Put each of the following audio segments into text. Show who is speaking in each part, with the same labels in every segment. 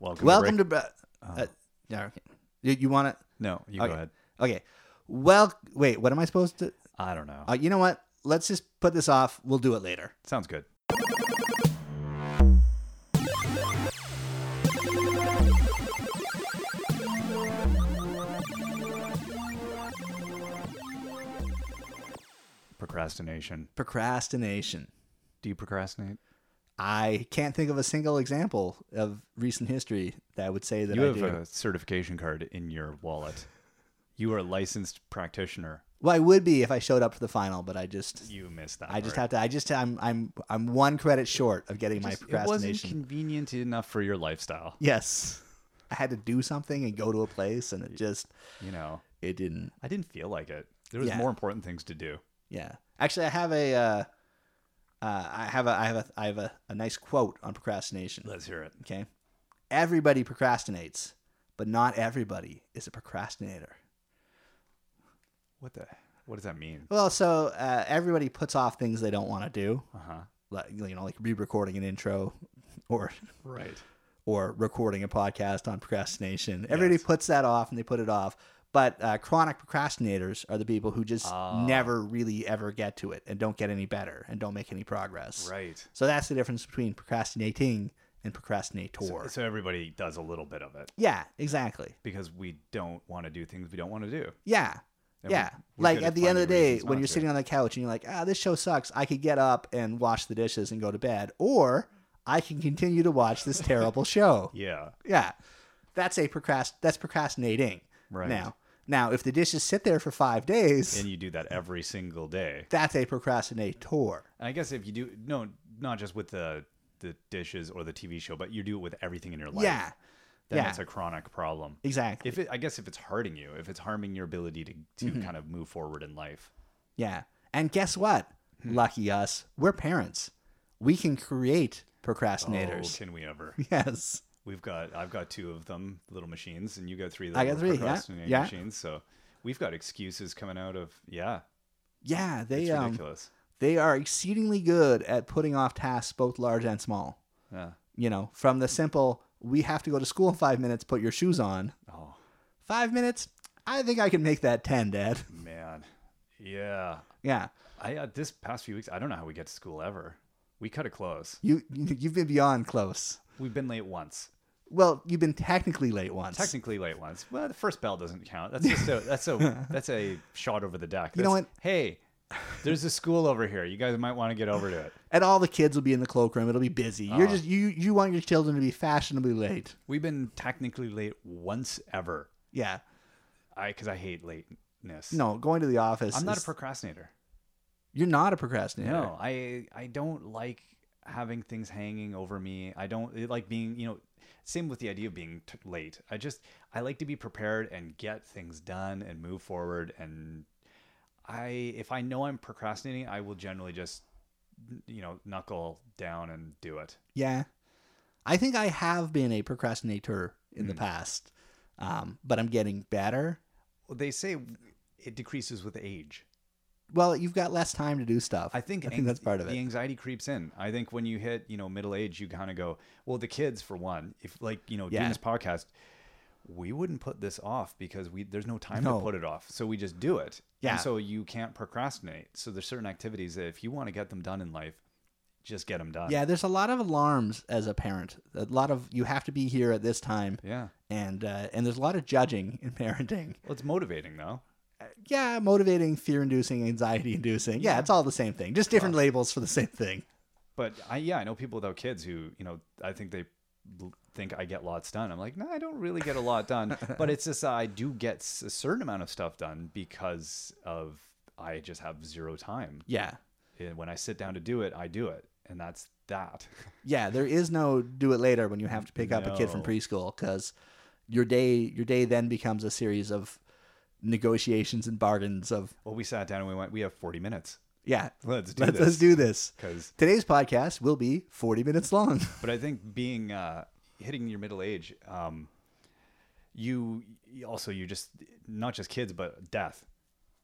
Speaker 1: Welcome.
Speaker 2: Welcome
Speaker 1: to.
Speaker 2: to. Bra- uh, no, okay. You, you want to? Oh,
Speaker 1: Bra- no, you
Speaker 2: okay.
Speaker 1: go ahead.
Speaker 2: Okay. Well, wait. What am I supposed to?
Speaker 1: I don't know.
Speaker 2: Uh, you know what? Let's just put this off. We'll do it later.
Speaker 1: Sounds good. Procrastination.
Speaker 2: Procrastination.
Speaker 1: Do you procrastinate?
Speaker 2: I can't think of a single example of recent history that would say that
Speaker 1: You
Speaker 2: I
Speaker 1: have
Speaker 2: do.
Speaker 1: a certification card in your wallet. You are a licensed practitioner.
Speaker 2: well, I would be if I showed up for the final, but I just
Speaker 1: You missed that.
Speaker 2: I just
Speaker 1: part.
Speaker 2: have to. I just I'm I'm I'm one credit short of getting my
Speaker 1: Just- It wasn't
Speaker 2: procrastination.
Speaker 1: convenient enough for your lifestyle.
Speaker 2: yes, I had to do something and go to a place, and it just
Speaker 1: You know,
Speaker 2: it didn't.
Speaker 1: I didn't feel like it. There was
Speaker 2: Yeah.
Speaker 1: more important things to do.
Speaker 2: Yeah, actually, I have a uh, uh, I have a I have a I have a, a nice quote on procrastination.
Speaker 1: Let's hear it.
Speaker 2: Okay, everybody procrastinates, but not everybody is a procrastinator.
Speaker 1: What the? What does that mean?
Speaker 2: Well, so uh, everybody puts off things they don't want to do,
Speaker 1: Uh huh.
Speaker 2: like you know, like re-recording an intro, or
Speaker 1: Right.
Speaker 2: or recording a podcast on procrastination. Everybody
Speaker 1: Yes.
Speaker 2: puts that off and they put it off. But uh, chronic procrastinators are the people who just
Speaker 1: Ah.
Speaker 2: never really ever get to it and don't get any better and don't make any progress.
Speaker 1: Right.
Speaker 2: So that's the difference between procrastinating and procrastinator.
Speaker 1: So everybody does a little bit of it
Speaker 2: yeah, exactly.
Speaker 1: because we don't want to do things we don't want to do.
Speaker 2: Yeah.
Speaker 1: And
Speaker 2: yeah.
Speaker 1: we- we're
Speaker 2: Like
Speaker 1: good
Speaker 2: at the end of the
Speaker 1: finding
Speaker 2: day,
Speaker 1: reasons
Speaker 2: when
Speaker 1: not
Speaker 2: you're
Speaker 1: to.
Speaker 2: sitting on the couch and you're like, ah, this show sucks, I could get up and wash the dishes and go to bed, or I can continue to watch this terrible show.
Speaker 1: Yeah.
Speaker 2: Yeah. That's a procrast that's procrastinating.
Speaker 1: Right.
Speaker 2: Now. Now if the dishes sit there for five days,
Speaker 1: And you do that every single day.
Speaker 2: that's a procrastinator.
Speaker 1: And I guess if you do, no, not just with the the dishes or the TV show, but you do it with everything in your life.
Speaker 2: Yeah.
Speaker 1: Then
Speaker 2: yeah.
Speaker 1: it's a chronic problem.
Speaker 2: Exactly.
Speaker 1: If it, I guess if it's hurting you, if it's harming your ability to to kind of move forward in life.
Speaker 2: yeah. And guess what?
Speaker 1: Hmm.
Speaker 2: Lucky us, we're parents. We can create
Speaker 1: Oh,
Speaker 2: procrastinators.
Speaker 1: can we ever?
Speaker 2: Yes.
Speaker 1: We've got I've got two of them, little machines, and you got three.
Speaker 2: I got
Speaker 1: little
Speaker 2: three, yeah,
Speaker 1: procrastinating
Speaker 2: yeah.
Speaker 1: machines. So we've got excuses coming out of yeah.
Speaker 2: Yeah, they
Speaker 1: It's
Speaker 2: um
Speaker 1: ridiculous.
Speaker 2: they are exceedingly good at putting off tasks both large and small.
Speaker 1: Yeah.
Speaker 2: You know, from the simple we have to go to school in five minutes, put your shoes on.
Speaker 1: Oh
Speaker 2: Five minutes? I think I can make that ten, Dad.
Speaker 1: man. Yeah.
Speaker 2: Yeah.
Speaker 1: I uh, this past few weeks I don't know how we get to school ever. We cut it close.
Speaker 2: You you- you've been beyond close.
Speaker 1: We've been late once.
Speaker 2: Well, you've been technically late once.
Speaker 1: Technically late once. Well, the first bell doesn't count. That's just a that's a that's a shot over the deck.
Speaker 2: You know
Speaker 1: That's, Hey, there's a school over here. You guys might want to get over to it.
Speaker 2: and all the kids will be in the cloakroom. It'll be busy.
Speaker 1: Oh.
Speaker 2: You're just you you want your children to be fashionably late.
Speaker 1: We've been technically late once ever.
Speaker 2: Yeah.
Speaker 1: I because I hate lateness.
Speaker 2: No, going to the office.
Speaker 1: I'm not a
Speaker 2: is-
Speaker 1: procrastinator.
Speaker 2: you're not a procrastinator.
Speaker 1: No, I I don't like having things hanging over me. I don't it like being, you know, same with the idea of being t- late. I just I like to be prepared and get things done and move forward and I if I know I'm procrastinating, I will generally just you know, knuckle down and do it.
Speaker 2: Yeah. I think I have been a procrastinator in
Speaker 1: Hmm.
Speaker 2: the past, um, but I'm getting better.
Speaker 1: Well, they say it decreases with age.
Speaker 2: Well, you've got less time to do stuff.
Speaker 1: I think
Speaker 2: I think
Speaker 1: ang-
Speaker 2: that's part of
Speaker 1: The
Speaker 2: it.
Speaker 1: anxiety creeps in. I think when you hit you know middle age, you kind of go, well, the kids for one. If like you know
Speaker 2: Yeah.
Speaker 1: doing this podcast, we wouldn't put this off because we there's no time
Speaker 2: No.
Speaker 1: to put it off, so we just do it.
Speaker 2: Yeah.
Speaker 1: And so you can't procrastinate. So there's certain activities that if you want to get them done in life, just get them done.
Speaker 2: Yeah, there's a lot of alarms as a parent. A lot of you have to be here at this time,
Speaker 1: Yeah.
Speaker 2: and uh, and there's a lot of judging in parenting.
Speaker 1: Well, it's motivating though.
Speaker 2: Yeah, motivating, fear-inducing, anxiety-inducing. Yeah, it's all the same thing, just different labels for the same thing.
Speaker 1: But I yeah I know people without kids who you know I think they bl- think I get lots done. I'm like no I don't really get a lot done, but it's just uh, I do get s- a certain amount of stuff done because of I just have zero time.
Speaker 2: Yeah,
Speaker 1: And when I sit down to do it, I do it, and that's that.
Speaker 2: yeah. There is no do it later when you have to pick up a kid from
Speaker 1: No.
Speaker 2: preschool because your day your day then becomes a series of negotiations and bargains of
Speaker 1: Well, we sat down and we went. We have 40 minutes.
Speaker 2: yeah.
Speaker 1: Let's do
Speaker 2: Let's,
Speaker 1: this.
Speaker 2: let's do this.
Speaker 1: 'Cause-
Speaker 2: Today's podcast will be 40 minutes long.
Speaker 1: But I think being uh, hitting your middle age, um, you you also you just not just kids but death.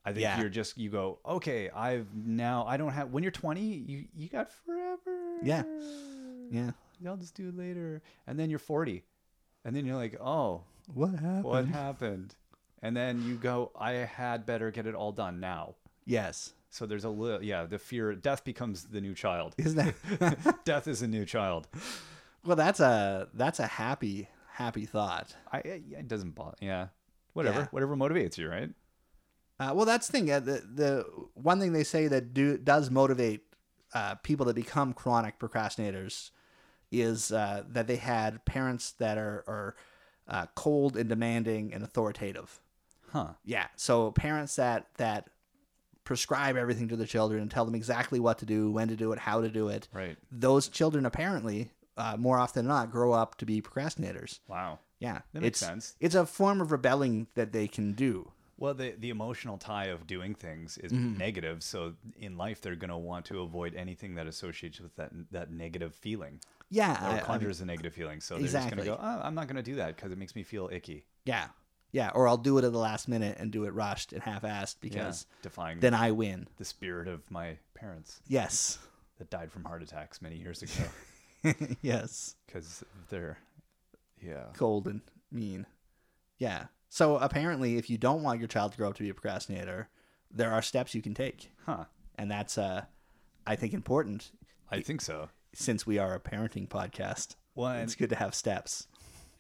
Speaker 1: I think
Speaker 2: Yeah.
Speaker 1: you're just you go okay. I've now I don't have when you're 20 you you got forever.
Speaker 2: Yeah. yeah.
Speaker 1: I'll just do it later, and then you're 40. And then you're like, oh,
Speaker 2: What happened?
Speaker 1: what happened? And then you go, I had better get it all done now.
Speaker 2: Yes.
Speaker 1: So there's a little, yeah, the fear, death becomes the new child.
Speaker 2: Isn't that
Speaker 1: death is a new child.
Speaker 2: well? That's a that's a happy happy thought.
Speaker 1: I, I- yeah, it doesn't bother. Yeah. Whatever,
Speaker 2: Yeah.
Speaker 1: whatever motivates you, right?
Speaker 2: Uh, well, that's the thing. Uh, the the one thing they say that do does motivate uh, people to become chronic procrastinators is uh, that they had parents that are are uh, cold and demanding and authoritative.
Speaker 1: Huh.
Speaker 2: Yeah. So parents that that prescribe everything to their children and tell them exactly what to do, when to do it, how to do it.
Speaker 1: Right.
Speaker 2: Those children apparently, uh, more often than not, grow up to be procrastinators.
Speaker 1: Wow.
Speaker 2: Yeah,
Speaker 1: That makes
Speaker 2: it's,
Speaker 1: sense.
Speaker 2: It's a form of rebelling that they can do.
Speaker 1: Well, the, the emotional tie of doing things is
Speaker 2: Mm-hmm.
Speaker 1: negative. So in life, they're going to want to avoid anything that associates with that, that negative feeling
Speaker 2: Yeah,
Speaker 1: or
Speaker 2: I- I mean-
Speaker 1: conjures a negative feeling. So they're just going to go,
Speaker 2: Exactly.
Speaker 1: oh, I'm not going to do that because it makes me feel icky.
Speaker 2: yeah, yeah. Or I'll do it at the last minute and do it rushed and half-assed
Speaker 1: Yeah.
Speaker 2: because
Speaker 1: Defying
Speaker 2: then I win.
Speaker 1: the spirit of my parents
Speaker 2: Yes,
Speaker 1: that died from heart attacks many years ago
Speaker 2: yes.
Speaker 1: because they're, yeah.
Speaker 2: Cold and mean. Yeah. So apparently, if you don't want your child to grow up to be a procrastinator, there are steps you can take,
Speaker 1: Huh.
Speaker 2: and that's uh, I think important
Speaker 1: I think so.
Speaker 2: since we are a parenting podcast.
Speaker 1: Well, and
Speaker 2: It's good to have steps.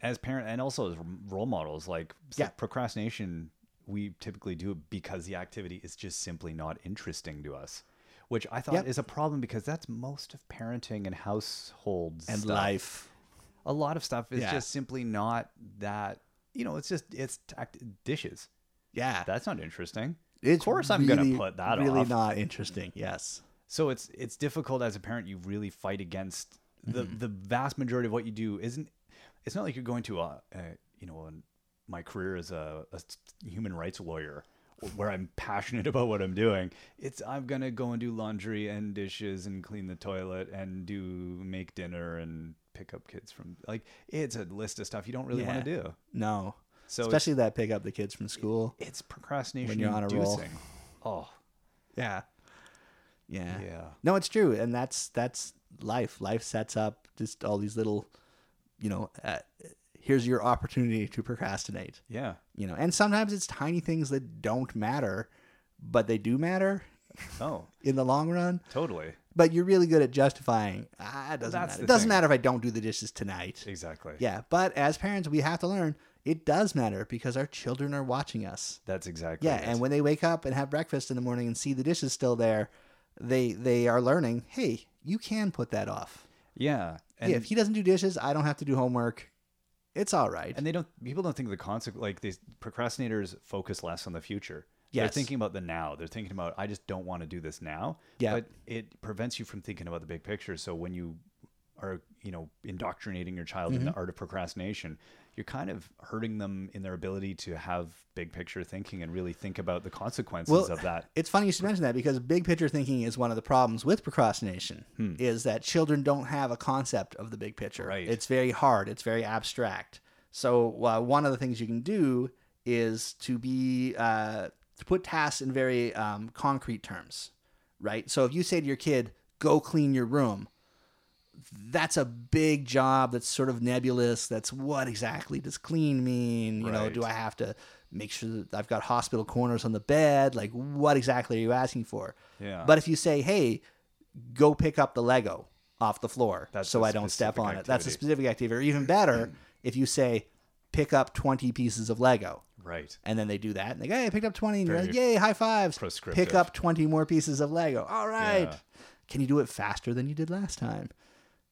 Speaker 1: as parent and also as role models, like s-
Speaker 2: Yeah.
Speaker 1: procrastination, we typically do it because the activity is just simply not interesting to us, which I thought
Speaker 2: Yep.
Speaker 1: is a problem because that's most of parenting and households
Speaker 2: And
Speaker 1: stuff.
Speaker 2: life.
Speaker 1: A lot of stuff is
Speaker 2: Yeah.
Speaker 1: just simply not that. You know, it's just it's tact- dishes.
Speaker 2: Yeah.
Speaker 1: That's not interesting.
Speaker 2: It's
Speaker 1: of course, I'm going
Speaker 2: really-
Speaker 1: to put that
Speaker 2: really
Speaker 1: off.
Speaker 2: not interesting. Yes.
Speaker 1: So it's it's difficult as a parent. You really fight against the
Speaker 2: Mm-hmm.
Speaker 1: the vast majority of what you do isn't. It's not like you're going to a, a you know an my career as a, a s- human rights lawyer where I'm passionate about what I'm doing. It's I'm gonna go and do laundry and dishes and clean the toilet and do make dinner and pick up kids from like it's a list of stuff you don't really
Speaker 2: Yeah.
Speaker 1: want to do.
Speaker 2: No.
Speaker 1: So
Speaker 2: Especially that pick up the kids from school.
Speaker 1: it's, it's procrastination
Speaker 2: when you're on a roll.
Speaker 1: inducing. Oh
Speaker 2: Yeah. Yeah.
Speaker 1: yeah.
Speaker 2: No, it's true, and that's that's life. Life sets up just all these little, you know, uh, here's your opportunity to procrastinate.
Speaker 1: Yeah.
Speaker 2: You know, and sometimes it's tiny things that don't matter, but they do matter
Speaker 1: Oh,
Speaker 2: in the long run.
Speaker 1: totally.
Speaker 2: But you're really good at justifying. Ah, it doesn't
Speaker 1: that's
Speaker 2: matter.
Speaker 1: the
Speaker 2: It doesn't
Speaker 1: thing.
Speaker 2: matter if I don't do the dishes tonight.
Speaker 1: Exactly.
Speaker 2: Yeah, but as parents, we have to learn it does matter because our children are watching us.
Speaker 1: That's exactly.
Speaker 2: Yeah,
Speaker 1: it.
Speaker 2: and when they wake up and have breakfast in the morning and see the dishes still there, they they are learning, hey, you can put that off.
Speaker 1: Yeah.
Speaker 2: Yeah,
Speaker 1: And,
Speaker 2: if he doesn't do dishes, I don't have to do homework. It's all right.
Speaker 1: and they don't, people don't think the consequence, like these procrastinators focus less on the future. They're
Speaker 2: Yes.
Speaker 1: thinking about the now. They're thinking about, I just don't want to do this now.
Speaker 2: Yeah.
Speaker 1: But it prevents you from thinking about the big picture. So when you are, you know, indoctrinating your child
Speaker 2: Mm-hmm.
Speaker 1: in the art of procrastination, you're kind of hurting them in their ability to have big picture thinking and really think about the consequences
Speaker 2: Well,
Speaker 1: of that.
Speaker 2: It's funny you should mention that because big picture thinking is one of the problems with procrastination is that children don't have a concept of the big picture.
Speaker 1: Hmm. Right.
Speaker 2: It's very hard. It's very abstract. So uh, one of the things you can do is to be uh, to put tasks in very um, concrete terms, right? So if you say to your kid, "Go clean your room," that's a big job that's sort of nebulous. That's what exactly does clean mean? You know,
Speaker 1: Right.
Speaker 2: do I have to make sure that I've got hospital corners on the bed? Like, what exactly are you asking for?
Speaker 1: Yeah.
Speaker 2: But if you say, hey, go pick up the Lego off the floor
Speaker 1: That's
Speaker 2: so
Speaker 1: a
Speaker 2: I don't step on
Speaker 1: specific
Speaker 2: it, that's a
Speaker 1: activity.
Speaker 2: specific activity. Or even better, if you say, pick up 20 pieces of Lego.
Speaker 1: Right.
Speaker 2: And then they do that, and they go, "Hey, I picked up 20. And you're
Speaker 1: Very
Speaker 2: like, "Yay, high fives!
Speaker 1: prescriptive.
Speaker 2: Pick up twenty more pieces of Lego. All right,
Speaker 1: Yeah.
Speaker 2: can you do it faster than you did last time?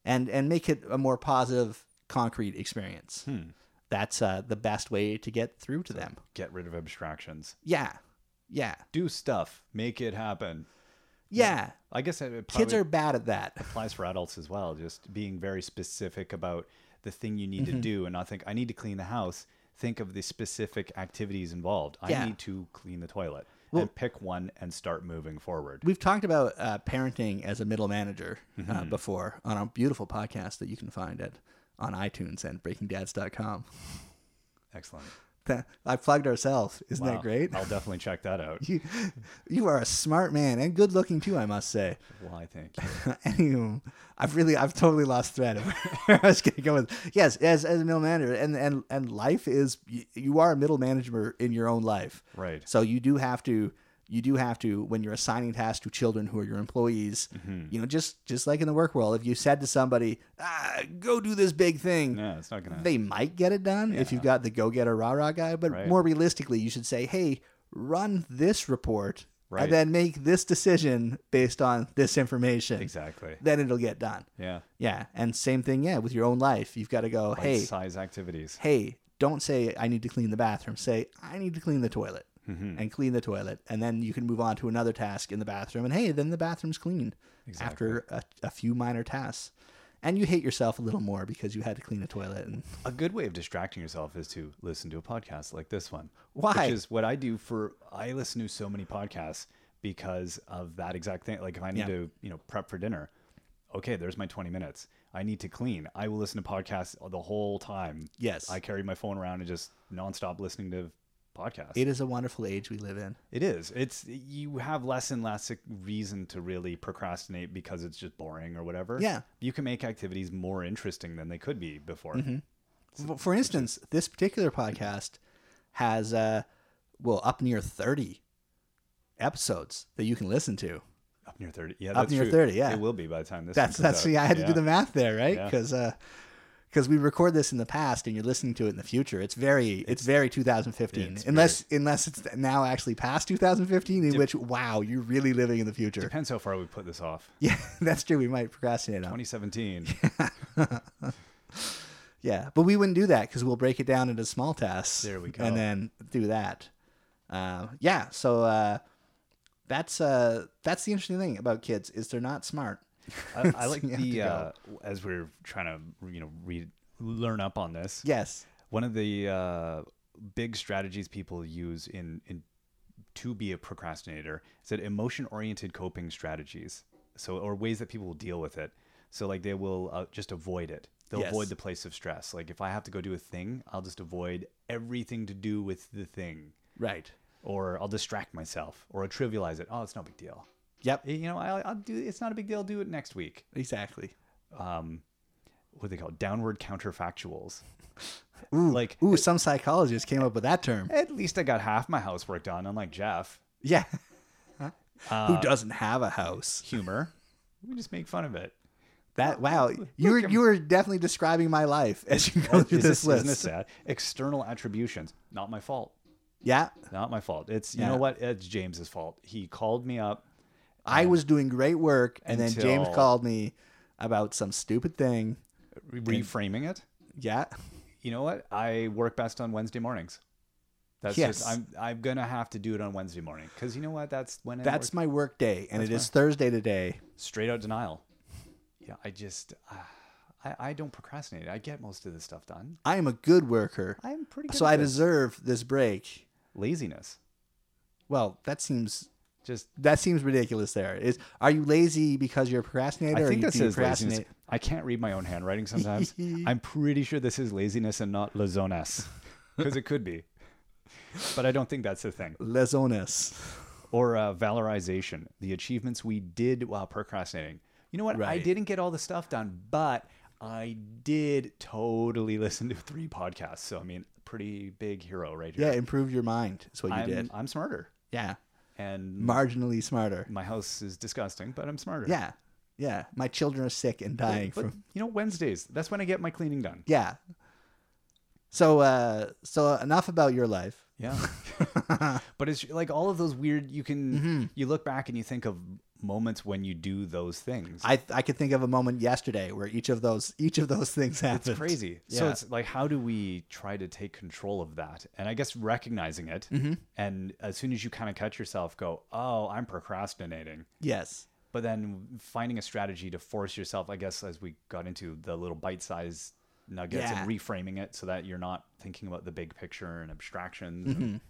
Speaker 2: And and make it a more positive, concrete experience.
Speaker 1: Hmm.
Speaker 2: That's uh, the best way to get through to them.
Speaker 1: Get rid of abstractions.
Speaker 2: Yeah, yeah,
Speaker 1: Do stuff. Make it happen.
Speaker 2: yeah.
Speaker 1: I guess it it probably
Speaker 2: Kids are bad at that.
Speaker 1: applies for adults as well. Just being very specific about the thing you need to
Speaker 2: Mm-hmm.
Speaker 1: do and not think, I need to clean the house. Think of the specific activities involved. I
Speaker 2: Yeah.
Speaker 1: need to clean the toilet and pick one and start moving forward.
Speaker 2: We've talked about uh, parenting as a middle manager
Speaker 1: Mm-hmm.
Speaker 2: uh, before on our beautiful podcast that you can find at on iTunes and BreakingDads.com.
Speaker 1: Excellent.
Speaker 2: That- I plugged ourselves. Isn't
Speaker 1: Wow.
Speaker 2: that great?
Speaker 1: I'll definitely check that out.
Speaker 2: You, you are a smart man and good looking too, I must say.
Speaker 1: Why, thank you.
Speaker 2: Anywho, I've really, I've totally lost thread of where I was going to go with. Yes, as as a middle manager, and and and life is you, you are a middle manager in your own life,
Speaker 1: Right.
Speaker 2: so you do have to, you do have to when you're assigning tasks to children who are your employees.
Speaker 1: Mm-hmm.
Speaker 2: You know, just just like in the work world, if you said to somebody, ah, "Go do this big thing,"
Speaker 1: No, it's not gonna.
Speaker 2: they might get it done if you've got the go getter rah rah guy, but
Speaker 1: Right.
Speaker 2: more realistically, you should say, hey, run this report
Speaker 1: Right.
Speaker 2: and then make this decision based on this information.
Speaker 1: exactly.
Speaker 2: Then it'll get done.
Speaker 1: Yeah.
Speaker 2: Yeah. And same thing, yeah, with your own life. You've got to go, hey,
Speaker 1: Size activities.
Speaker 2: hey, don't say, I need to clean the bathroom. Say, I need to clean the toilet
Speaker 1: Mm-hmm.
Speaker 2: and clean the toilet. And then you can move on to another task in the bathroom. And hey, then the bathroom's clean after a, a few minor tasks. And you hate yourself a little more because you had to clean a toilet and
Speaker 1: A good way of distracting yourself is to listen to a podcast like this one.
Speaker 2: Why?
Speaker 1: Which is what I do for I listen to so many podcasts because of that exact thing. Like if I need
Speaker 2: Yeah.
Speaker 1: to, you know, prep for dinner, okay, there's my 20 minutes. I need to clean. I will listen to podcasts the whole time.
Speaker 2: Yes.
Speaker 1: I carried my phone around and just nonstop listening to podcasts.
Speaker 2: It is a wonderful age we live in.
Speaker 1: it is. It's you have less and less reason to really procrastinate because it's just boring or whatever.
Speaker 2: Yeah.
Speaker 1: You can make activities more interesting than they could be before.
Speaker 2: Mm-hmm. For- For instance, this particular podcast has, uh, well, up near 30 episodes that you can listen to.
Speaker 1: Up near 30. Yeah,
Speaker 2: Up
Speaker 1: that's
Speaker 2: near
Speaker 1: true.
Speaker 2: 30, yeah.
Speaker 1: It will be by the time this
Speaker 2: That's,
Speaker 1: one comes
Speaker 2: that's,
Speaker 1: out.
Speaker 2: yeah, I had to do the math there, right?
Speaker 1: Yeah.
Speaker 2: Because, because we record this in the past and you're listening to it in the future. It's very, it's, very 2015.
Speaker 1: it's
Speaker 2: unless, unless it's now actually past 2015, in which, wow, you're really living in the future.
Speaker 1: Depends how far we put this off.
Speaker 2: Yeah, that's true. We might procrastinate on. it.
Speaker 1: 2017.
Speaker 2: Yeah, but we wouldn't do that because we'll break it down into small tasks.
Speaker 1: There we go.
Speaker 2: And then do that. Uh, yeah. So uh, that's uh, that's the interesting thing about kids is they're not smart.
Speaker 1: I, I like
Speaker 2: You have to
Speaker 1: the
Speaker 2: go.
Speaker 1: uh, as we're trying to you know read learn up on this.
Speaker 2: Yes.
Speaker 1: One of the uh, big strategies people use in in to be a procrastinator is that emotion oriented coping strategies. So or ways that people will deal with it. So like they will uh, just avoid it. They'll
Speaker 2: Yes.
Speaker 1: avoid the place of stress. Like if I have to go do a thing, I'll just avoid everything to do with the thing.
Speaker 2: Right.
Speaker 1: or I'll distract myself, or I'll trivialize it. Oh, it's no big deal.
Speaker 2: Yep.
Speaker 1: You know, I, I'll do. It's not a big deal. I'll do it next week.
Speaker 2: Exactly.
Speaker 1: What do they call it? downward counterfactuals?
Speaker 2: Ooh,
Speaker 1: Like-
Speaker 2: ooh, some psychologists came up with that term.
Speaker 1: At least I got half my housework done, unlike Jeff.
Speaker 2: Yeah.
Speaker 1: Uh,
Speaker 2: Who doesn't have a house?
Speaker 1: Humor. we just make fun of it.
Speaker 2: That wow, you were you were definitely describing my life as you go through
Speaker 1: Is
Speaker 2: this,
Speaker 1: this,
Speaker 2: list.
Speaker 1: isn't this sad? External attributions. Not my fault.
Speaker 2: yeah,
Speaker 1: Not my fault. It's you
Speaker 2: Yeah.
Speaker 1: know what? It's James's fault. He called me up.
Speaker 2: I was doing great work, and then James
Speaker 1: Um, Until-
Speaker 2: called me about some stupid thing.
Speaker 1: re- Reframing it.
Speaker 2: Yeah.
Speaker 1: You know what? I work best on Wednesday mornings. That's
Speaker 2: Yes.
Speaker 1: just I'm I'm gonna have to do it on Wednesday morning because you know what? That's when I work
Speaker 2: That's my work day, and it is Thursday today.
Speaker 1: straight out denial. Yeah, I just uh, I I don't procrastinate. I get most of this stuff done.
Speaker 2: I am a good worker,
Speaker 1: I'm pretty good.
Speaker 2: so
Speaker 1: at
Speaker 2: I
Speaker 1: this.
Speaker 2: deserve this break.
Speaker 1: laziness.
Speaker 2: Well, that seems
Speaker 1: Just
Speaker 2: that seems ridiculous. There is, are you lazy because you're a procrastinator?
Speaker 1: I
Speaker 2: or
Speaker 1: think
Speaker 2: you,
Speaker 1: this
Speaker 2: do you
Speaker 1: is laziness.
Speaker 2: procrastinate?
Speaker 1: I can't read my own handwriting sometimes. I'm pretty sure this is laziness and not lazones because it could be. But I don't think that's the thing.
Speaker 2: Lesones.
Speaker 1: Or uh, valorization, the achievements we did while procrastinating. You know what? I
Speaker 2: Right.
Speaker 1: didn't get all the stuff done, but I did totally listen to three podcasts. So I mean, pretty big hero right here.
Speaker 2: Yeah, improve your mind. Is what you
Speaker 1: I'm,
Speaker 2: did.
Speaker 1: I'm smarter.
Speaker 2: Yeah,
Speaker 1: And
Speaker 2: marginally smarter.
Speaker 1: my house is disgusting, but I'm smarter.
Speaker 2: Yeah, yeah. My children are sick and dying
Speaker 1: But,
Speaker 2: from.
Speaker 1: you know, Wednesdays, that's when I get my cleaning done.
Speaker 2: Yeah. So, uh, so enough about your life.
Speaker 1: Yeah. but it's like all of those weird, you can,
Speaker 2: Mm-hmm.
Speaker 1: you look back and you think of moments when you do those things.
Speaker 2: I I could think of a moment yesterday where each of those each of those things happened.
Speaker 1: it's crazy. So
Speaker 2: Yeah.
Speaker 1: it's like, how do we try to take control of that? And I guess recognizing it. And as soon as you kind of catch yourself, go, oh, I'm procrastinating.
Speaker 2: Yes.
Speaker 1: But then finding a strategy to force yourself, I guess, as we got into the little bite sized nuggets
Speaker 2: Yeah.
Speaker 1: and reframing it so that you're not thinking about the big picture and abstractions. And,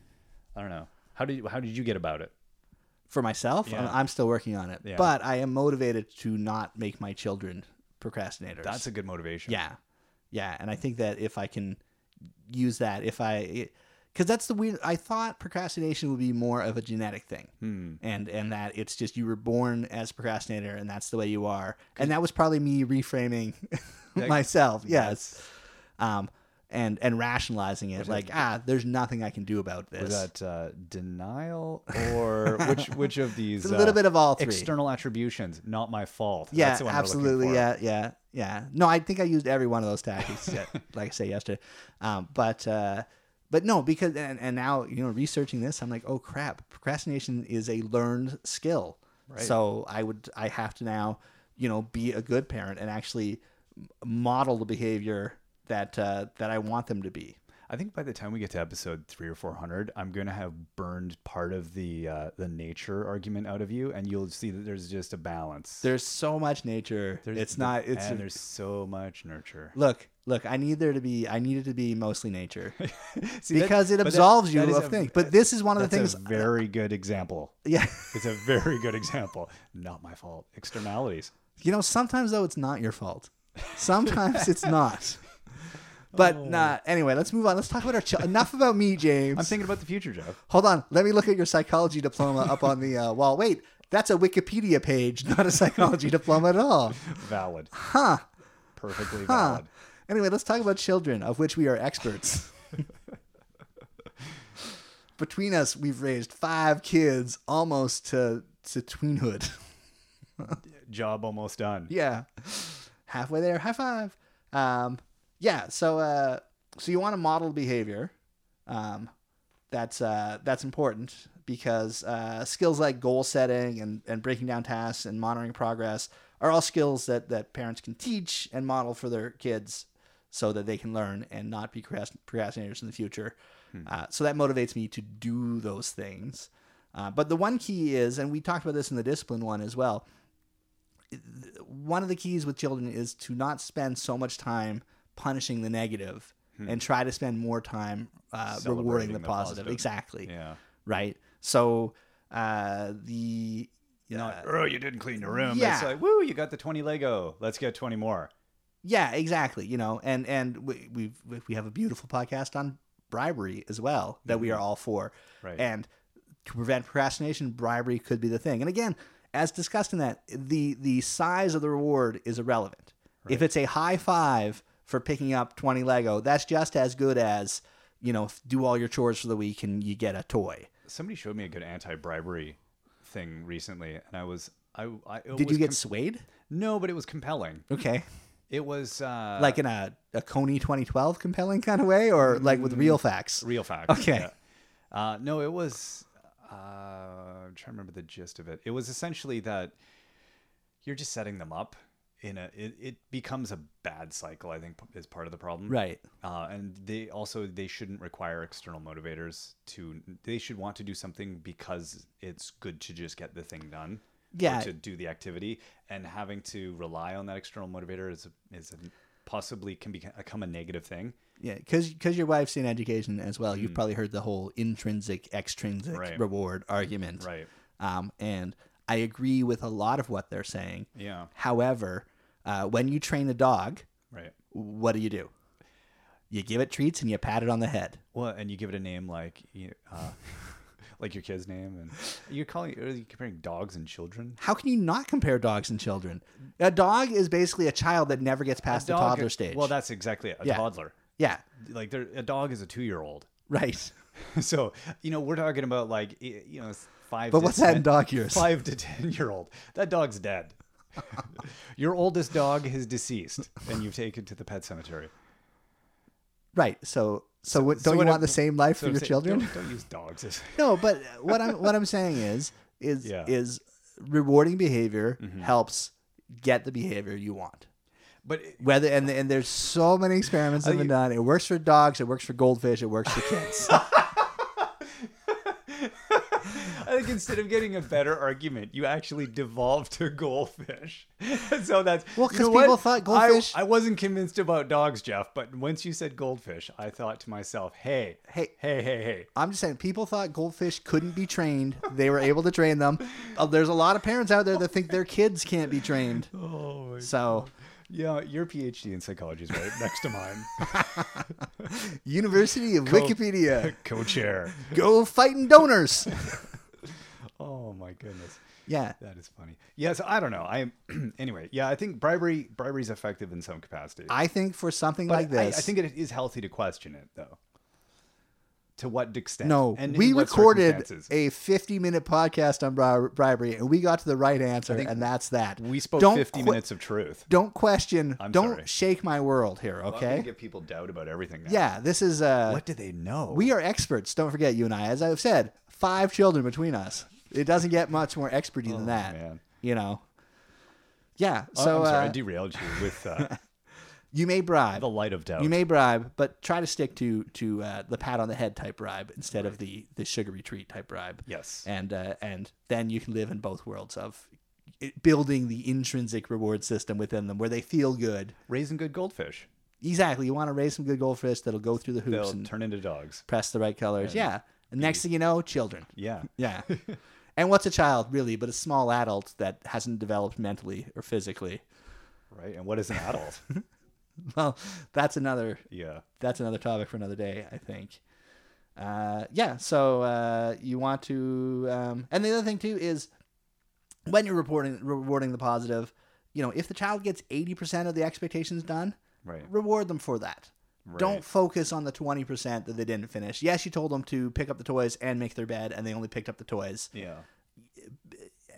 Speaker 1: I don't know. How did you, how did you get about it?
Speaker 2: for myself. I'm,
Speaker 1: Yeah.
Speaker 2: I'm still working on it,
Speaker 1: Yeah.
Speaker 2: but I am motivated to not make my children procrastinators.
Speaker 1: That's a good motivation.
Speaker 2: yeah, yeah, and I think that if I can use that, if I, because that's the weird. I thought procrastination would be more of a genetic thing,
Speaker 1: Hmm.
Speaker 2: and and that it's just you were born as a procrastinator, and that's the way you are. And that was probably me reframing
Speaker 1: Like,
Speaker 2: myself. Yes, um, and and rationalizing it
Speaker 1: Was it-
Speaker 2: like ah, there's nothing I can do about this.
Speaker 1: Was that uh, denial or which which of these
Speaker 2: it's a little
Speaker 1: uh,
Speaker 2: bit of all three.
Speaker 1: external attributions? Not my fault.
Speaker 2: Yeah,
Speaker 1: That's the one we're looking
Speaker 2: absolutely.
Speaker 1: for.
Speaker 2: Yeah, yeah, yeah. No, I think I used every one of those tactics, yeah, like I say yesterday. Um, but uh, but no, because and, and now you know researching this, I'm like, oh crap, procrastination is a learned skill.
Speaker 1: Right.
Speaker 2: So I would I have to now you know be a good parent and actually m- model the behavior that uh, that I want them to be.
Speaker 1: I think by the time we get to episode three or four hundred, I'm gonna have burned part of the uh, the nature argument out of you, and you'll see that there's just a balance.
Speaker 2: There's so much nature.
Speaker 1: There's-
Speaker 2: it's not. It's
Speaker 1: and there's so much nurture.
Speaker 2: look. Look, I need there to be. I need it to be mostly nature
Speaker 1: See, that-
Speaker 2: because it
Speaker 1: but that-
Speaker 2: absolves
Speaker 1: that
Speaker 2: you
Speaker 1: is
Speaker 2: of
Speaker 1: a-
Speaker 2: things. But this is one of the
Speaker 1: That's
Speaker 2: things.
Speaker 1: a very good example.
Speaker 2: Yeah.
Speaker 1: It's a very good example. Not my fault. Externalities.
Speaker 2: You know, sometimes though it's not your fault. Sometimes it's not. But
Speaker 1: Oh.
Speaker 2: nah, anyway, let's move on. Let's talk about our ch- enough about me, James.
Speaker 1: I'm thinking about the future, Jeff.
Speaker 2: Hold on, let me look at your psychology diploma up on the uh, wall. Wait, that's a Wikipedia page, not a psychology diploma at all.
Speaker 1: Valid.
Speaker 2: Huh?
Speaker 1: Perfectly
Speaker 2: Huh?
Speaker 1: valid.
Speaker 2: Anyway, let's talk about children, of which we are experts. Between us, we've raised five kids almost to to tweenhood.
Speaker 1: Job almost done.
Speaker 2: yeah halfway there high five um yeah so uh so you want to model behavior um that's uh that's important because uh skills like goal setting and and breaking down tasks and monitoring progress are all skills that that parents can teach and model for their kids so that they can learn and not be procrast- procrastinators in the future uh, so that motivates me to do those things uh, but the one key is and we talked about this in the discipline one as well one of the keys with children is to not spend so much time punishing the negative and try to spend more time uh,
Speaker 1: Hmm.
Speaker 2: rewarding
Speaker 1: Celebrating
Speaker 2: the,
Speaker 1: the
Speaker 2: positive.
Speaker 1: positive.
Speaker 2: Exactly.
Speaker 1: Yeah.
Speaker 2: Right. So uh, the uh,
Speaker 1: Not, oh, you didn't clean your room.
Speaker 2: yeah.
Speaker 1: It's like, woo, you got the 20 Lego. Let's get 20 more.
Speaker 2: yeah, exactly. You know, and and we we've, we have a beautiful podcast on bribery as well that
Speaker 1: Mm-hmm.
Speaker 2: we are all for.
Speaker 1: Right.
Speaker 2: And to prevent procrastination, bribery could be the thing. And again, as discussed in that, the the size of the reward is irrelevant. If it's a high five for picking up 20 Lego, that's just as good as, you know, do all your chores for the week and you get a toy.
Speaker 1: Somebody showed me a good anti bribery thing recently, and I was. I, I it
Speaker 2: Did
Speaker 1: was
Speaker 2: you get
Speaker 1: com-
Speaker 2: swayed?
Speaker 1: no, but it was compelling.
Speaker 2: Okay.
Speaker 1: It was uh,
Speaker 2: like in a, a Coney 2012 compelling kind of way or like with real facts?
Speaker 1: real fact.
Speaker 2: Okay.
Speaker 1: yeah. Uh, no, it was. Uh, I'm trying to remember the gist of it. It was essentially that you're just setting them up in a. It, it becomes a bad cycle. I think is part of the problem.
Speaker 2: Right.
Speaker 1: Uh, and they also they shouldn't require external motivators to. They should want to do something because it's good to just get the thing done. or
Speaker 2: Yeah.
Speaker 1: To do the activity and having to rely on that external motivator is a, is a, possibly can beca- become a negative thing.
Speaker 2: Yeah, because your wife's in education as well, you've probably heard the whole intrinsic extrinsic
Speaker 1: Mm. Right.
Speaker 2: reward argument.
Speaker 1: Right.
Speaker 2: Um, and I agree with a lot of what they're saying.
Speaker 1: Yeah.
Speaker 2: However, uh, when you train a dog,
Speaker 1: Right.
Speaker 2: what do you do? You give it treats and you pat it on the head.
Speaker 1: Well, and you give it a name like, you- uh, like your kid's name, and you're calling, are you comparing dogs and children?
Speaker 2: How can you not compare dogs and children? A dog is basically a child that never gets past the
Speaker 1: Dog-
Speaker 2: toddler stage.
Speaker 1: Well, that's exactly it. A
Speaker 2: Yeah.
Speaker 1: toddler.
Speaker 2: yeah,
Speaker 1: Like, they're, a dog is a two-year-old.
Speaker 2: right.
Speaker 1: so, you know, we're talking about like, i- you know, five.
Speaker 2: But
Speaker 1: to
Speaker 2: what's that in
Speaker 1: 10
Speaker 2: dog years?
Speaker 1: Five to ten-year-old. That dog's dead. your oldest dog is deceased, and you've taken to the pet cemetery.
Speaker 2: Right. So, so, what
Speaker 1: so
Speaker 2: don't
Speaker 1: what
Speaker 2: you
Speaker 1: I'm-
Speaker 2: want the same life
Speaker 1: So
Speaker 2: for your
Speaker 1: say-
Speaker 2: children?
Speaker 1: Don't, don't use dogs. as-
Speaker 2: No, but what I'm what I'm saying is is
Speaker 1: Yeah. Mm-hmm.
Speaker 2: is rewarding behavior helps get the behavior you want.
Speaker 1: But
Speaker 2: Whether and and there's so many experiments that have been done. It works for dogs. It works for goldfish. It works for kids.
Speaker 1: I think instead of getting a better argument, you actually devolve to goldfish. so that's
Speaker 2: Well,
Speaker 1: you
Speaker 2: 'cause
Speaker 1: know
Speaker 2: people
Speaker 1: what?
Speaker 2: thought
Speaker 1: I-
Speaker 2: goldfish-
Speaker 1: I, wasn't convinced about dogs, Jeff, but once you said goldfish, I thought to myself, "Hey,
Speaker 2: Hey.
Speaker 1: hey, hey, hey."
Speaker 2: I'm just saying, people thought goldfish couldn't be trained. They were able to train them. Uh, There's a lot of parents out there that think their kids can't be trained.
Speaker 1: Oh,
Speaker 2: So
Speaker 1: yeah, your PhD in psychology is right next to mine.
Speaker 2: University of
Speaker 1: Co-
Speaker 2: Wikipedia.
Speaker 1: Co-chair.
Speaker 2: Go fighting donors.
Speaker 1: Oh my goodness.
Speaker 2: Yeah.
Speaker 1: That is funny. Yes, I don't know. I anyway, yeah, I think bribery bribery is effective in some capacity.
Speaker 2: I think for something
Speaker 1: But I-
Speaker 2: like
Speaker 1: I-
Speaker 2: this.
Speaker 1: I, think it is healthy to question it though. To what extent?
Speaker 2: no,
Speaker 1: and
Speaker 2: we
Speaker 1: in what
Speaker 2: recorded
Speaker 1: circumstances.
Speaker 2: a 50 minute podcast on bri- bribery and we got to the right answer, and that's that.
Speaker 1: we spoke
Speaker 2: don't
Speaker 1: 50
Speaker 2: que-
Speaker 1: minutes of truth.
Speaker 2: Don't question.
Speaker 1: I'm
Speaker 2: don't
Speaker 1: sorry.
Speaker 2: shake my world here,
Speaker 1: Well, I'm gonna
Speaker 2: okay?
Speaker 1: give people doubt about everything. Now.
Speaker 2: Yeah, this is. Uh,
Speaker 1: What do they know?
Speaker 2: We are experts. Don't forget, you and I, as I've said, five children between us. It doesn't get much more experty than that.
Speaker 1: Oh, man.
Speaker 2: You know. Yeah.
Speaker 1: Oh,
Speaker 2: So
Speaker 1: I'm sorry, I
Speaker 2: uh,
Speaker 1: derailed you with uh,
Speaker 2: you may bribe.
Speaker 1: the light of doubt.
Speaker 2: You may bribe, but try to stick to to uh, the pat on the head type bribe instead of the the sugary treat type bribe.
Speaker 1: yes.
Speaker 2: And uh, and then you can live in both worlds of it, building the intrinsic reward system within them where they feel good.
Speaker 1: Raising good goldfish.
Speaker 2: Exactly. You want to raise some good goldfish that'll go through the hoops
Speaker 1: They'll
Speaker 2: and
Speaker 1: turn into dogs.
Speaker 2: press the right colors. Yeah. And next thing you know, children.
Speaker 1: Yeah.
Speaker 2: Yeah. and what's a child really but a small adult that hasn't developed mentally or physically?
Speaker 1: Right. And what is an adult?
Speaker 2: Well, that's another
Speaker 1: yeah.
Speaker 2: that's another topic for another day, I think. Uh, yeah, so uh, you want to um, and the other thing too is when you're reporting rewarding the positive, you know, if the child gets 80% of the expectations done,
Speaker 1: Right.
Speaker 2: reward them for that.
Speaker 1: Right.
Speaker 2: Don't focus on the 20% that they didn't finish. Yes, you told them to pick up the toys and make their bed and they only picked up the toys.
Speaker 1: Yeah.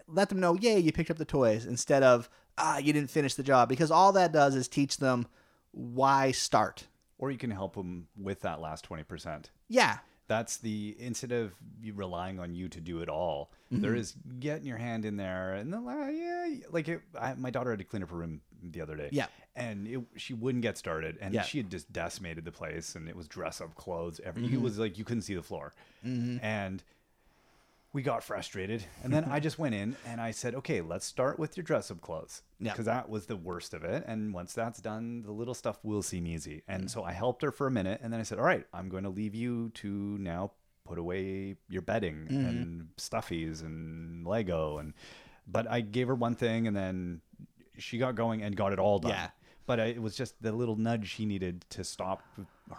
Speaker 2: let them know, yay, you picked up the toys, instead of, ah, you didn't finish the job. Because all that does is teach them why start.
Speaker 1: Or you can help them with that last twenty percent.
Speaker 2: Yeah.
Speaker 1: that's the instead of you relying on you to do it all
Speaker 2: Mm-hmm.
Speaker 1: there is getting your hand in there and then like, yeah like it, I, my daughter had to clean up her room the other day
Speaker 2: Yeah.
Speaker 1: and it, she wouldn't get started and
Speaker 2: Yeah.
Speaker 1: she had just decimated the place and it was dress up clothes every it
Speaker 2: Mm-hmm.
Speaker 1: was like you couldn't see the floor and we got frustrated and then i just went in and i said okay let's start with your dress up clothes
Speaker 2: Yeah.
Speaker 1: because that was the worst of it and once that's done the little stuff will seem easy and
Speaker 2: Mm-hmm.
Speaker 1: so i helped her for a minute and then i said all right i'm going to leave you to now put away your bedding
Speaker 2: Mm-hmm.
Speaker 1: and stuffies and lego and but i gave her one thing and then she got going and got it all done
Speaker 2: Yeah.
Speaker 1: but I, it was just the little nudge she needed to stop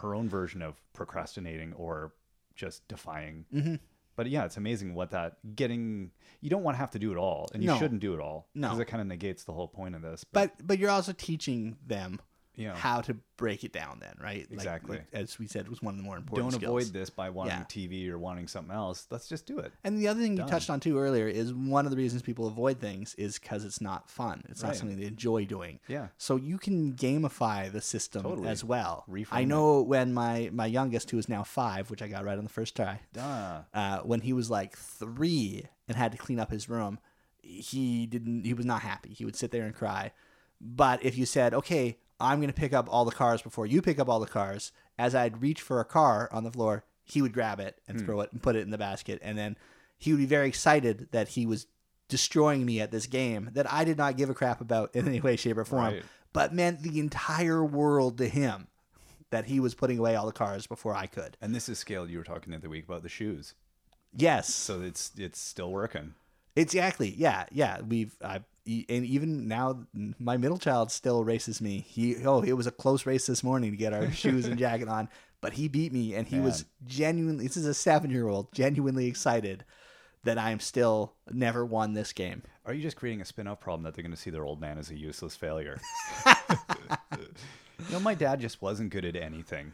Speaker 1: her own version of procrastinating or just defying.
Speaker 2: Mm-hmm.
Speaker 1: But yeah, it's amazing what that getting. You don't want to have to do it all, and you
Speaker 2: No.
Speaker 1: shouldn't do it all
Speaker 2: No.
Speaker 1: because it kind of negates the whole point of this.
Speaker 2: But but you're also teaching them
Speaker 1: Yeah.
Speaker 2: how to break it down then, right? Like,
Speaker 1: Exactly.
Speaker 2: as we said was one of the more important
Speaker 1: don't
Speaker 2: skills.
Speaker 1: avoid this by wanting
Speaker 2: Yeah.
Speaker 1: TV or wanting something else. Let's just do it.
Speaker 2: And the other thing you touched on too earlier is one of the reasons people avoid things is because it's not fun. It's not
Speaker 1: Right.
Speaker 2: something they enjoy doing.
Speaker 1: Yeah.
Speaker 2: So you can gamify the system
Speaker 1: Totally.
Speaker 2: as well.
Speaker 1: Reframe
Speaker 2: I
Speaker 1: it.
Speaker 2: know when my my youngest, who is now five, which I got right on the first try,
Speaker 1: Duh.
Speaker 2: uh, when he was like three and had to clean up his room, he didn't. He was not happy. He would sit there and cry. But if you said, "Okay, I'm going to pick up all the cars before you pick up all the cars," as I'd reach for a car on the floor, he would grab it and throw it and put it in the basket, and then he would be very excited that he was destroying me at this game that I did not give a crap about in any way, shape, or form,
Speaker 1: Right.
Speaker 2: but meant the entire world to him that he was putting away all the cars before I could.
Speaker 1: And this is scale you were talking the other week about the shoes.
Speaker 2: Yes.
Speaker 1: So it's it's still working.
Speaker 2: Exactly. Yeah. Yeah. We've. I. e- And even now, my middle child still races me. He. Oh, it was a close race this morning to get our shoes and jacket on, but he beat me, and he was genuinely. This is a seven-year-old genuinely excited that I'm still never won this game.
Speaker 1: Are you just creating a spin-off problem that they're going to see their old man as a useless failure? you know, my dad just wasn't good at anything.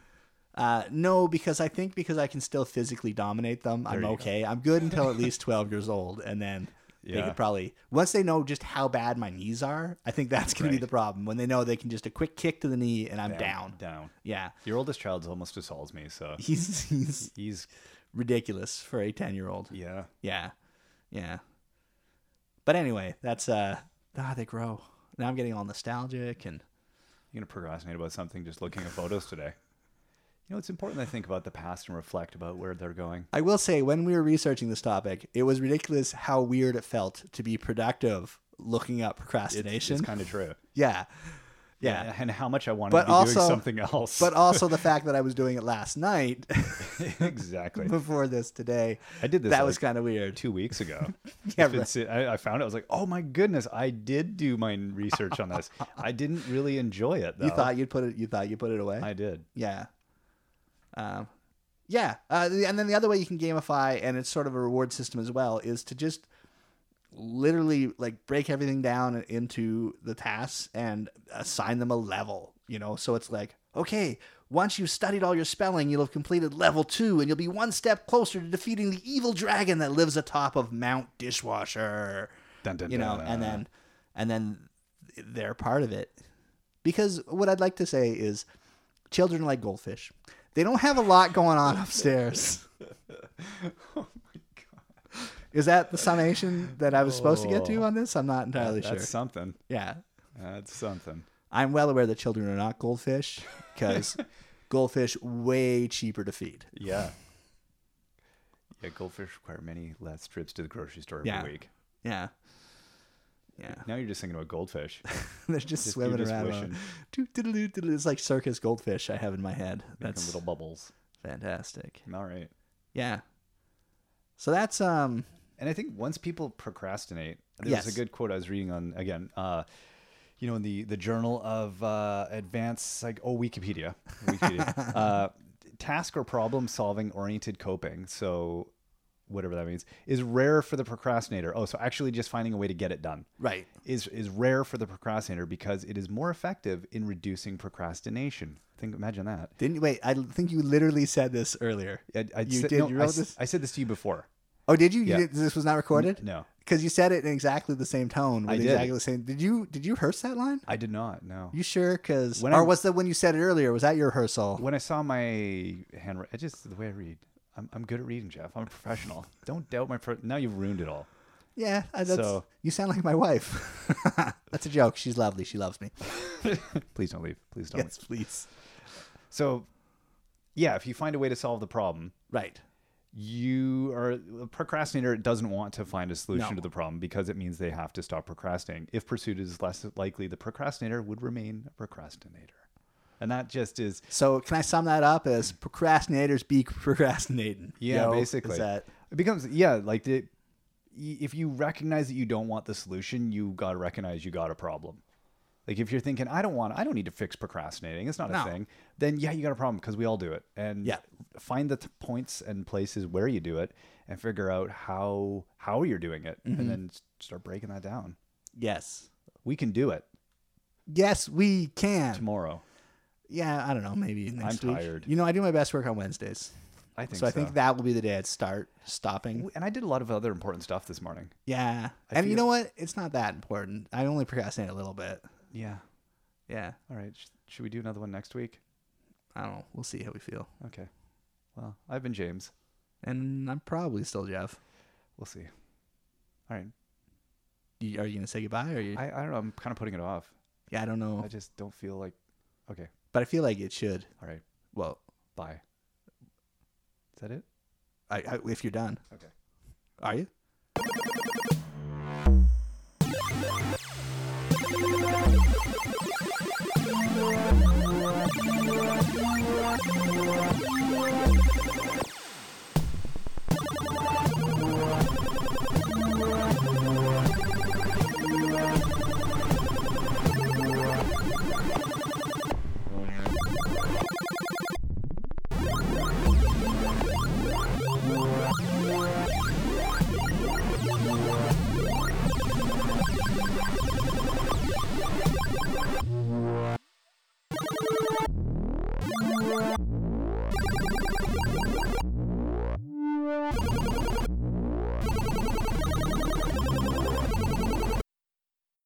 Speaker 2: Uh, no, because I think because I can still physically dominate them, I'm
Speaker 1: you go.
Speaker 2: okay. I'm good until at least 12 years old, and then they
Speaker 1: Yeah.
Speaker 2: could probably once they know just how bad my knees are. I think that's gonna be
Speaker 1: Right.
Speaker 2: the problem when they know they can just a quick kick to the knee and I'm down.
Speaker 1: Down.
Speaker 2: Yeah,
Speaker 1: Your oldest child's almost as tall as me, so
Speaker 2: he's he's
Speaker 1: he's
Speaker 2: ridiculous for a 10 year old.
Speaker 1: yeah.
Speaker 2: Yeah, yeah. But anyway, that's uh, ah, they grow. Now I'm getting all nostalgic and
Speaker 1: You're gonna procrastinate about something just looking at photos today. You know, it's important I think about the past and reflect about where they're going.
Speaker 2: I will say, when we were researching this topic, it was ridiculous how weird it felt to be productive looking up procrastination.
Speaker 1: It's kind of true.
Speaker 2: yeah. yeah.
Speaker 1: And how much I wanted
Speaker 2: But
Speaker 1: to be
Speaker 2: also-
Speaker 1: doing something else.
Speaker 2: But also the fact that I was doing it last night
Speaker 1: exactly.
Speaker 2: before this today.
Speaker 1: I did this
Speaker 2: that was
Speaker 1: like
Speaker 2: kind of weird.
Speaker 1: two weeks ago.
Speaker 2: Yeah,
Speaker 1: If it's- I, I found it. I was like, oh my goodness, I did do my research on this. I didn't really enjoy it though.
Speaker 2: You thought you'd put it you thought you put it away?
Speaker 1: I did.
Speaker 2: yeah. Um, yeah, uh, the- and then the other way you can gamify, and it's sort of a reward system as well, is to just literally like break everything down into the tasks and assign them a level. You know, so it's like, okay, once you've studied all your spelling, you'll have completed level two, and you'll be one step closer to defeating the evil dragon that lives atop of Mount Dishwasher
Speaker 1: Dun, dun,
Speaker 2: you know,
Speaker 1: dun,
Speaker 2: and
Speaker 1: dun.
Speaker 2: then and then they're part of it. Because what I'd like to say is children are like goldfish. They don't have a lot going on upstairs.
Speaker 1: oh my god, Oh.
Speaker 2: Is that the summation that I was supposed to get to on this? I'm not entirely
Speaker 1: that's
Speaker 2: sure.
Speaker 1: something.
Speaker 2: Yeah.
Speaker 1: That's something.
Speaker 2: I'm well aware that children are not goldfish because goldfish way cheaper to feed.
Speaker 1: Yeah. Yeah, goldfish require many less trips to the grocery store every
Speaker 2: Yeah.
Speaker 1: week.
Speaker 2: Yeah. Yeah.
Speaker 1: Now you're just thinking about goldfish.
Speaker 2: They're just,
Speaker 1: Just- you're
Speaker 2: swimming
Speaker 1: just
Speaker 2: around.
Speaker 1: wishing.
Speaker 2: Doo- doodle-doo, doodle. It's like circus goldfish I have in my head.
Speaker 1: making
Speaker 2: That's
Speaker 1: little bubbles.
Speaker 2: fantastic.
Speaker 1: All right.
Speaker 2: Yeah. So that's um
Speaker 1: And I think once people procrastinate, there
Speaker 2: Yes.
Speaker 1: was a good quote I was reading on again, uh, you know, in the the Journal of uh, Advanced like oh Wikipedia, Wikipedia, uh, task or problem solving oriented coping. So whatever that means is rare for the procrastinator. Oh, so actually just finding a way to get it done.
Speaker 2: right.
Speaker 1: Is is rare for the procrastinator because it is more effective in reducing procrastination. Think imagine that.
Speaker 2: Didn't wait? I think you literally said this earlier.
Speaker 1: I, I
Speaker 2: You
Speaker 1: said-
Speaker 2: did-
Speaker 1: no,
Speaker 2: you
Speaker 1: I
Speaker 2: wrote
Speaker 1: s-
Speaker 2: this?
Speaker 1: I said this to you before.
Speaker 2: Oh, did you? you
Speaker 1: Yeah.
Speaker 2: did, this was not recorded.
Speaker 1: No,
Speaker 2: because you said it in exactly the same tone. With
Speaker 1: I did.
Speaker 2: Exactly the same. Did you? Did you rehearse that line?
Speaker 1: I did not. No.
Speaker 2: You sure? Because
Speaker 1: When
Speaker 2: or
Speaker 1: I-
Speaker 2: was that when you said it earlier? Was that your rehearsal?
Speaker 1: when I saw my handwriting, I just the way I read. I'm, I'm good at reading, Jeff. I'm a professional. Don't doubt my. Pro- now you've ruined it all.
Speaker 2: Yeah. I- That's,
Speaker 1: So-
Speaker 2: you sound like my wife. that's a joke. She's lovely. She loves me.
Speaker 1: Please don't leave. Please don't.
Speaker 2: Yes, please.
Speaker 1: leave. So, yeah, if you find a way to solve the problem,
Speaker 2: Right.
Speaker 1: you are a procrastinator. Doesn't want to find a solution
Speaker 2: No.
Speaker 1: to the problem because it means they have to stop procrastinating. If pursuit is less likely, the procrastinator would remain a procrastinator, and that just is
Speaker 2: So can I sum that up as procrastinators be procrastinating?
Speaker 1: Yeah,
Speaker 2: Yo,
Speaker 1: basically.
Speaker 2: Is that
Speaker 1: it becomes yeah, like the, y- if you recognize that you don't want the solution, you got to recognize you got a problem. Like if you're thinking I don't want I don't need to fix procrastinating, it's not
Speaker 2: No.
Speaker 1: a thing, then yeah, you got a problem because we all do it. And
Speaker 2: Yeah.
Speaker 1: find the t- points and places where you do it and figure out how how you're doing it and then s- start breaking that down.
Speaker 2: yes.
Speaker 1: We can do it
Speaker 2: Yes, we can.
Speaker 1: tomorrow.
Speaker 2: Yeah, I don't know. Maybe next week.
Speaker 1: tired.
Speaker 2: You know, I do my best work on Wednesdays,
Speaker 1: I think
Speaker 2: so I think that will be the day I'd start stopping.
Speaker 1: and I did a lot of other important stuff this morning.
Speaker 2: Yeah, and you
Speaker 1: feel-
Speaker 2: know what? It's not that important. I only procrastinate a little bit.
Speaker 1: Yeah.
Speaker 2: Yeah,
Speaker 1: All right. Sh- should we do another one next week?
Speaker 2: I don't know. We'll see how we feel.
Speaker 1: Okay. Well, I've been James.
Speaker 2: And I'm probably still Jeff.
Speaker 1: We'll see. All right.
Speaker 2: You, are you gonna say goodbye? Or you?
Speaker 1: I, I don't know. I'm kind of putting it off.
Speaker 2: yeah, I don't know,
Speaker 1: I just don't feel like. Okay.
Speaker 2: but I feel like it should.
Speaker 1: All right.
Speaker 2: Well,
Speaker 1: Bye. Is that it?
Speaker 2: I, I, if you're done,
Speaker 1: Okay.
Speaker 2: are you?